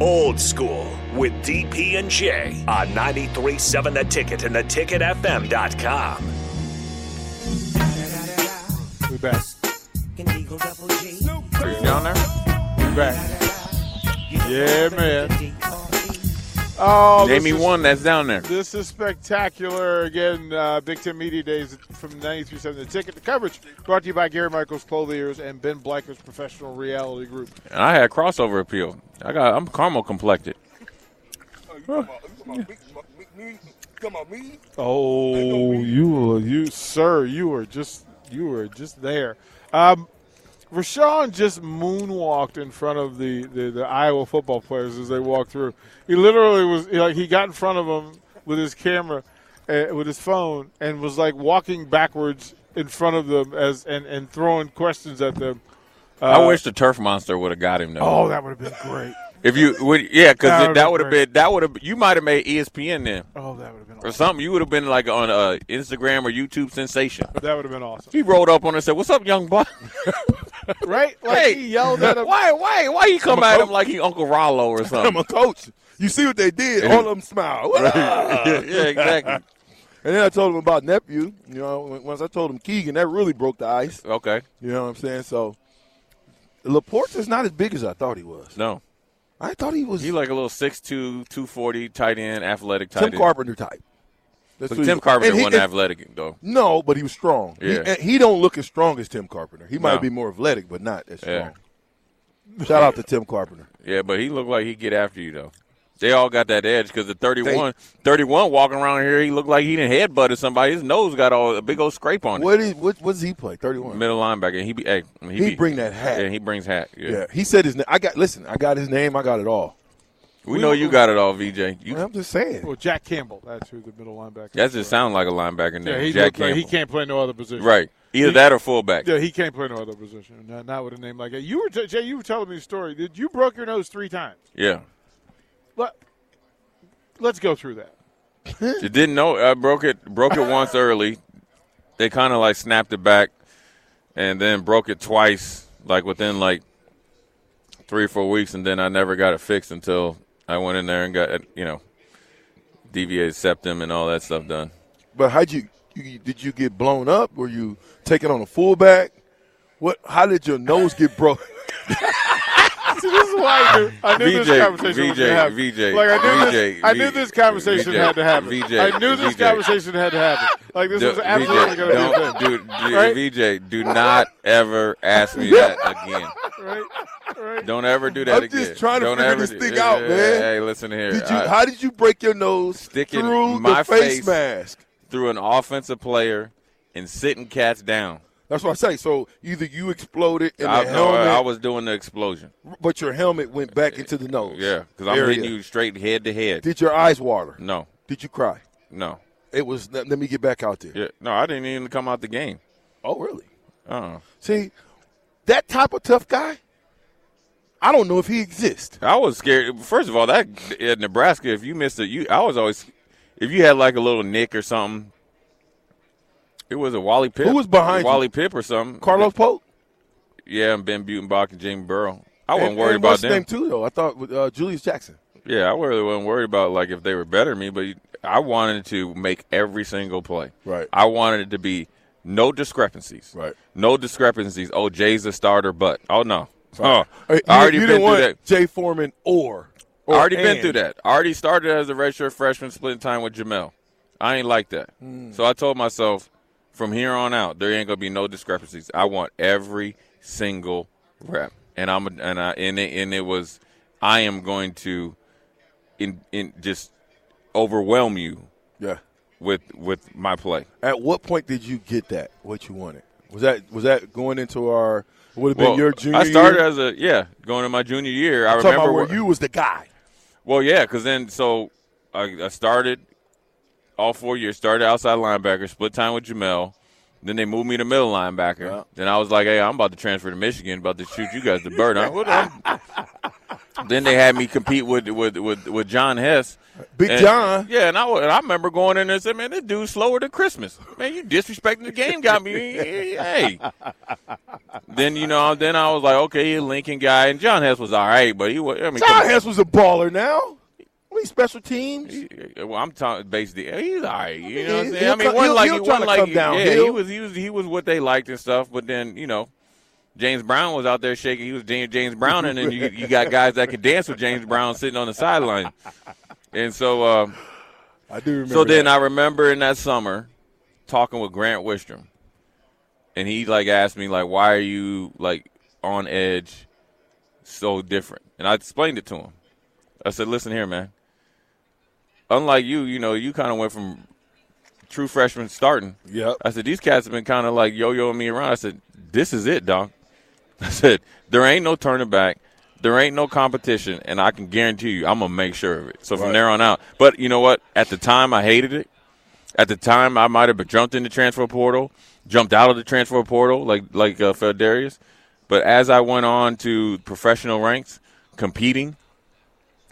Old School with DP and J on 937 The Ticket and theticketfm.com. We back. Are you down there? We back. Yeah, man. Oh, Name this me is, one that's down there. This is spectacular. Again, uh, Big Ten Media Days from 93.7 The Ticket. The coverage brought to you by Gary Michaels Clothiers and Ben Blanker's Professional Reality Group. And I had crossover appeal. I got I'm caramel complected. Oh, you, you, sir, you were just, you were just there. Um, Rashawn just moonwalked in front of the, the, the Iowa football players as they walked through. He literally was like he got in front of them with his camera, uh, with his phone, and was like walking backwards in front of them as and, and throwing questions at them. I wish the turf monster would have got him though. Oh, that would have been great. If you would, yeah, That because would've that been would have great. been that would have you might have made E ESPN then Oh, that would have been or awesome. something. You would have been like on uh, Instagram or YouTube sensation. That would have been awesome, He rolled up on him and said, "What's up, young boy? right? Like Hey, he yelled at him. why, why, why he come I'm a at him coach. like he Uncle Rollo or I'm something?" a coach. You see what they did? Yeah. All of them smile. What up? yeah, exactly. And then I told them about nephew. You know, when- once I told them Keegan, that really broke the ice. Okay, You know what I'm saying? So Laporte is not as big as I thought he was. no, I thought he was he like a little 6'2", 240 tight end, athletic tight Tim end. Carpenter type. That's But who he Tim was. Carpenter And he- wasn't and- athletic though. No, but he was strong. He- Yeah. and He, don't look as strong as Tim Carpenter. He might No. be more athletic, but not as Yeah. strong. Shout out to Tim Carpenter. Yeah, but he looked like he get after you though. They all got that edge because the 31, 31 walking around here, he looked like he didn't headbutted somebody. His nose got all a big old scrape on it. What is what? What does he play? Thirty one. Middle linebacker, he be hey, he, He be- bring that hat. Yeah, he brings hat. Yeah, Yeah. He said his name. I got. Listen, I got his name. I got it all. we, know you got it all, VJ. You, I'm just saying. Well, Jack Campbell, that's who the middle linebacker. that was. just sound like a linebacker name. Yeah, he, Jack looked like Campbell. he can't play no other position. Right, either He- that or fullback. Yeah, he can't play no other position. Not, not with a name like that. You were t- Jay. You were telling me a story. Did you broke your nose three times? yeah. Let, let's go through that. You didn't know I broke it broke it once early. They kind of like snapped it back, and then broke it twice, like within like three or four weeks, and then I never got it fixed until I went in there and got it, you know deviated septum and all that stuff done. But how'd you, you? Did you get blown up? Were you taken on a fullback? What? How did your nose get broke? See, this is why I knew, I knew VJ, this conversation was VJ, gonna happen. VJ, like I knew VJ, this. I knew this conversation VJ, had to happen. VJ, I knew this VJ. conversation had to happen. Like this Do- was absolutely going to be a don't, thing. dude, dude, Right? VJ, do not ever ask me that again. Right? Right? Don't ever do that I'm just again. trying to Don't figure ever this do- thing out, man. Hey, listen here. Did you? I- how did you break your nose Sticking through my the face, face- mask? through an offensive player and sitting cats down. That's what I say. So either you exploded in the I, no, helmet, I was doing the explosion. but your helmet went back into the nose. Yeah, because I'm area. hitting you straight head to head. Did your eyes water? no, Did you cry? no, It was. Let let me get back out there. yeah, no. I didn't even come out the game. Oh, really? Uh-uh. See, that type of tough guy, I don't know if he exists. I was scared. First of all, that at Nebraska, if you missed it, you I was always if you had like a little nick or something. It was a Wally Pip. Who was behind you? Wally Pip or something? Carlos Pope. Yeah, and Ben Butenbach and Jamie Burrow. I And- wasn't worried and about what's his them. name too, though. I thought uh, Julius Jackson. Yeah, I really wasn't worried about like if they were better than me, but I wanted to make every single play. Right. I wanted it to be no discrepancies. Right. No discrepancies. Oh, Jay's a starter, but oh no. Oh, Uh, you- I already you been didn't through want that. Jay Foreman or, I or already been and. through that. I already started as a redshirt freshman, splitting time with Jamel. I ain't like that. Hmm. So I told myself, from here on out, there ain't gonna be no discrepancies. I want every single rep, and I'm and I and it, and it was, I am going to, in in just overwhelm you Yeah. with with my play. At what point did you get that? What you wanted was that was that going into our would have been your junior. I started year? as a yeah, going to my junior year. I I'm talking remember about where wh- you was the guy. Well, yeah, because then so I, I started all four years. Started outside linebacker, split time with Jamel. Then they moved me to middle linebacker. Yeah. Then I was like, "Hey, I'm about to transfer to Michigan. About to shoot you guys the bird." I'm, what- I'm- then they had me compete with with with, with John Hess. Big And- John. Yeah, and I, wa- and I remember going in there and said, man, this dude's slower than Christmas. Man, you disrespecting the game got me. Hey. then, you know, then I was like, okay, he a Lincoln guy. And John Hess was all right, but he was, I mean, John come on. Hess was a baller now. Only special teams. He- well, I'm talking basically, he's all right. You know what I'm He'll- saying? I mean, he'll- one he'll- like, he'll he- try one to like, come yeah, he downhill. was, he was, he was what they liked and stuff. But then, you know, James Brown was out there shaking. He was James, James Brown, and then you, you got guys that could dance with James Brown sitting on the sideline. And so, um, I do remember. So then that. I remember in that summer talking with Grant Wistrom, and he like asked me like, "Why are you like on edge, so different?" And I explained it to him. I said, "Listen here, man. Unlike you, you know, you kind of went from true freshman starting. Yep. I said these cats have been kind of like yo-yoing me around. I said, "This is it, dog." I said, "There ain't no turning back." There ain't no competition, and I can guarantee you, I'm gonna make sure of it. So from there on out, but you know what? At the time, I hated it. At the time, I might have jumped in the transfer portal, jumped out of the transfer portal, like like uh, Fedarius. But as I went on to professional ranks, competing,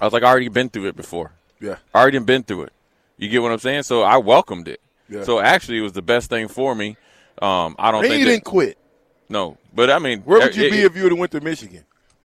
I was like, I already been through it before. Yeah. I already done been through it. You get what I'm saying? So I welcomed it. Yeah. So actually, it was the best thing for me. Um, I don't Then think you that- didn't quit. no, but I mean, e- Where would you it- be it- if you would have went to Michigan?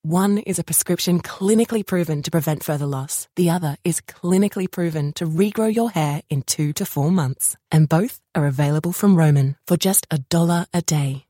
One is a prescription clinically proven to prevent further loss. The other is clinically proven to regrow your hair in two to four months. And both are available from Roman for just a dollar a day.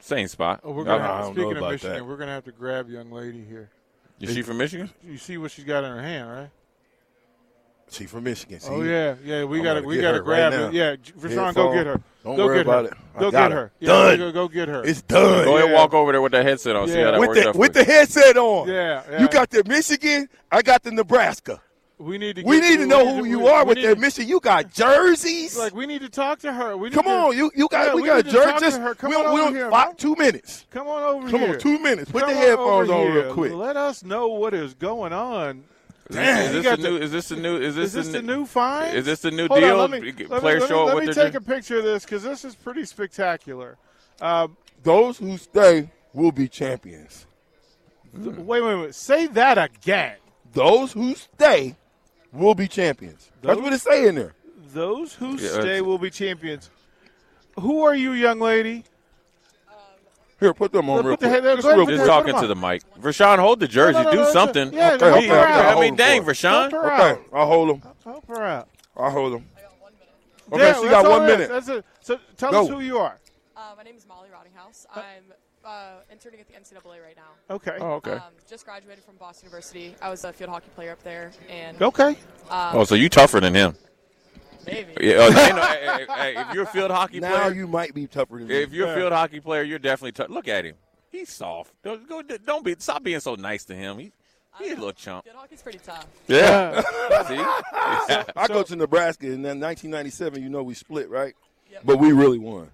same spot. Oh, we're gonna Nah, I have, don't know speaking of about Michigan, that. we're gonna have to grab young lady here. Is she from Michigan? You see what she's got in her hand, right? She from Michigan. See? Oh yeah, yeah. We I'm gotta, gonna we get gotta her grab right her. now. Yeah, J- Rashawn, go Headphone. get her. Don't go worry get about her. it. I Go got get her. her. Yeah, Done. Go, go get her. It's done. Go ahead, Yeah. walk over there with that headset on. See Yeah. how that with works the out. with for the you. headset on. Yeah, yeah. You got the Michigan. I got the Nebraska. we need to. We get need to know who we- you we are with need that to- Michigan. You got jerseys. Like we need to talk to her. We need Come to- on, you you got Yeah, we, we got need to talk to jerseys. her. Come we on don't, we over don't, here, five- man. two minutes. Come on over Come here. on, two minutes. Put Come the on headphones over on here. real quick. Let us know what is going on. Is this, Damn. You is this got the the- new? Is this the new? Is this, Is this the, the new? new find? is this the new Hold deal? On, let me, G- let me, let players me, show up let with me their take a picture of this because this is pretty spectacular. Um, Those who stay will be champions. Hmm. th- wait, wait, wait. Say that again. Those who stay will be champions. That's Those- what it's saying there. Those who Yeah, stay that's- will be champions. Who are you, young lady? Here, put them Look, on real put the quick. head- Just go ahead, real put Just the quick. head- talking to the mic. Rashawn, hold the jersey. No, no, no, do no, something. yeah, Okay, help okay, her out. I I'll mean, hold dang, for it. Rashawn. Help her out. Okay, I'll hold them. Help her out. I'll hold them. Okay, Yeah, she that's got all one it is. minute. That's it. So tell Go. us who you are. Uh, my name is Molly Roddinghouse. I'm uh, interning at the NCAA right now. Okay. Oh, okay. Um, just graduated from Boston University. I was a field hockey player up there, and Uh, Okay. oh, so you tougher than him? maybe Yeah. oh, you know, hey, hey, hey, if you're a field hockey Now player, you might be tougher than if me. you're a field hockey player, you're definitely tough. Look at him. He's soft. Don't go. Don't be. Stop being so nice to him. He, he's a little chump. field hockey's pretty tough. Yeah. See. I go to Nebraska, and then 1997, you know we split, right? Yep. But we really won.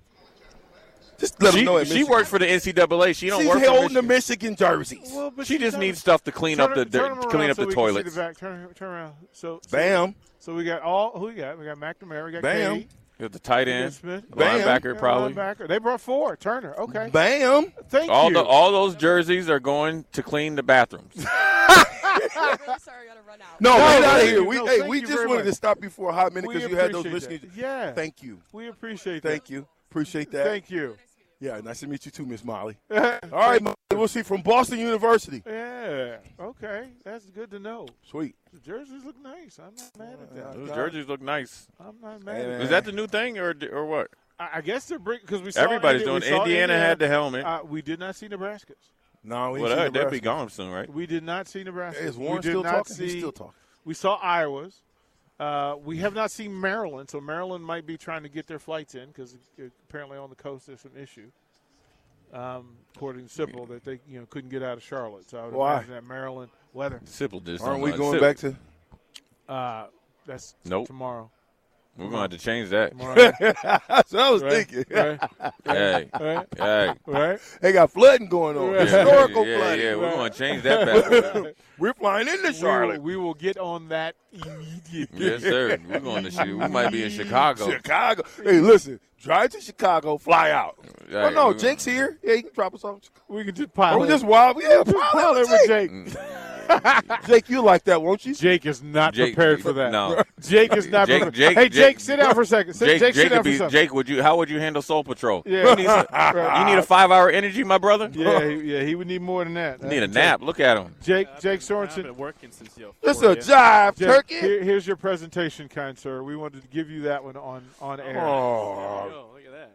Just let them know. She, at she Michigan. works for the NCAA. She don't She's work holding for the Michigan. Michigan jerseys. Well, but She just doesn't- needs stuff to clean Turn up her- the dirt, turn 'em clean around up so the we can see toilets. the back. Turn, turn around. So Bam, So we got all who we got. We got McNamara. We got Bam. Katie. With the tight Emmett end, Smith. Bam. linebacker, Yeah, probably. linebacker. They brought four. Turner. Okay. bam. Thank All you. the all those jerseys are going to clean the bathrooms. I'm really sorry I gotta run out. No, get no, out of thank here. you. We, No, hey, thank we you just very wanted to much. stop you for a hot minute We because you had those appreciate Michigan. that. Yeah. Thank you. we appreciate that. Thank you. Appreciate that. Thank you. Yeah, nice to meet you too, Miss Molly. All right, Molly, we'll see from Boston University. Yeah. Okay. That's good to know. Sweet. The jerseys look nice. I'm not mad at that. Uh, Those jerseys look nice. I'm not mad at man. Is that the new thing or or what? I I guess they're bringing because we saw Everybody's Indi- we doing. saw Indiana, had the helmet. Uh, we did not see Nebraska's. No, we well, ain't that, seen that'd be Nebraska. gone soon, right? We did not see Nebraska. Is Warren we did still not talking? See, He's still talking. We saw Iowa's. Uh, we have not seen Maryland, so Maryland might be trying to get their flights in because apparently on the coast there's some issue, um, according to Sipple, that they you know couldn't get out of Charlotte. So I would Why? imagine that Maryland weather. Sipple just Aren't don't we like going Sipple. back to? Uh, that's Nope. tomorrow. We're gonna have to change that. Tomorrow, That's what I was right? thinking. right? Hey, Right? hey. Right? They got flooding going on. Yeah, Historical yeah, flooding. Yeah, we're gonna change that back. We're flying into We will, Charlotte. we will get on that immediately. yes, sir. We're going to shoot. We might be in Chicago. Chicago. Hey, listen. Drive to Chicago. Fly out. Yeah, oh no, we- Jake's here. Yeah, he can drop us off. in Chicago. We can just pile. Or we in. just wild. Yeah, Oh, Just fly pile out in with with Jake. Jake. Jake, you like that, won't you? Jake is not Jake- prepared for that. no. Jake is not Jake- prepared. Jake- hey, Jake, Jake- sit down for a second. Sit, Jake, Jake, sit Jake, down would for be, a second. Jake, would you? How would you handle Soul Patrol? Yeah, he needs to- You right. need a five-hour energy, my brother. yeah, he, yeah, he would need more than that. Uh, You need a nap. Look at him. Jake, I've Jake been- I've Sorensen. been working since you. It's a jive, Jake, turkey. here- here's your presentation, kind sir. We wanted to give you that one on on air. Oh, Oh, look at that.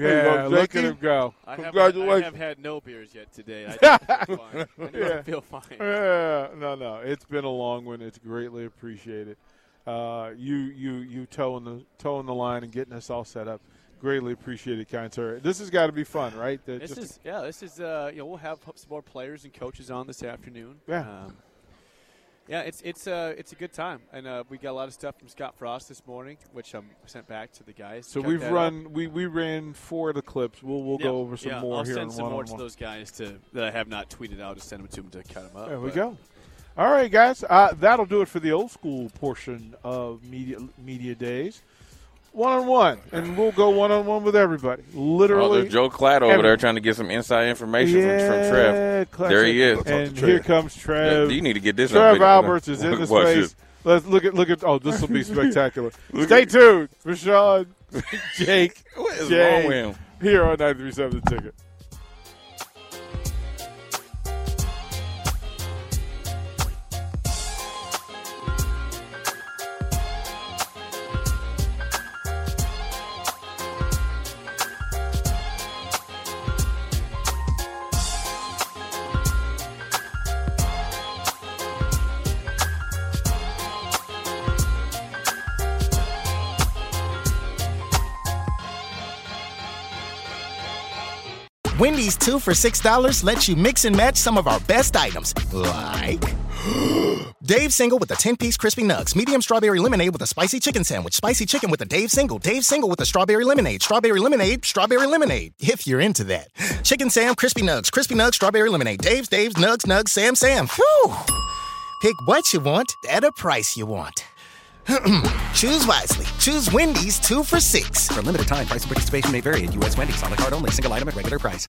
yeah, go, look at Jakey. him go. I have, Congratulations. I have had no beers yet today. I don't feel fine. I don't Yeah. feel fine. Yeah, no, no, it's been a long one. It's greatly appreciated. Uh, you, you, you toeing the toeing the line and getting us all set up. Greatly appreciated, kind sir. This has got to be fun, right? The- This just- is yeah. This is uh, you know we'll have some more players and coaches on this afternoon. Yeah. Um, yeah, it's it's uh, it's a good time, and uh, we got a lot of stuff from Scott Frost this morning, which um, I sent back to the guys. So Cut we've that up. run we, we ran four of the clips. We'll we'll Yeah, go over some yeah, more I'll here in send some one more on to one. those guys to that I have not tweeted out. Just send them to them to cut them up. There we but- go. All right, guys, uh, that'll do it for the old school portion of media media days. One on one, and we'll go one on one with everybody. Oh, Literally, there's Joe Clatt over Every- there trying to get some inside information yeah, from, from Trev. Classic. There he is. And Talk to here Trev. comes Trev. You need to get this. on Trev video. Alberts is in the Watch space. this. Let's look at look at. Oh, this will be spectacular. Stay tuned, Rashawn, Jake, What is Jay, wrong with him? here on 937 The Ticket. Wendy's two for $6 lets you mix and match some of our best items, like Dave Single with a 10 piece crispy nugs, medium strawberry lemonade with a spicy chicken sandwich, spicy chicken with a Dave Single, Dave Single with a strawberry lemonade, strawberry lemonade, strawberry lemonade, if you're into that. Chicken Sam, crispy nugs, crispy nugs, strawberry lemonade, Dave's, Dave's, nugs, nugs, Sam, Sam. Whew! Pick what you want at a price you want. Choose wisely. Choose Wendy's two for six. For limited time, price and participation may vary at U.S. Wendy's on the card only, single item at regular price.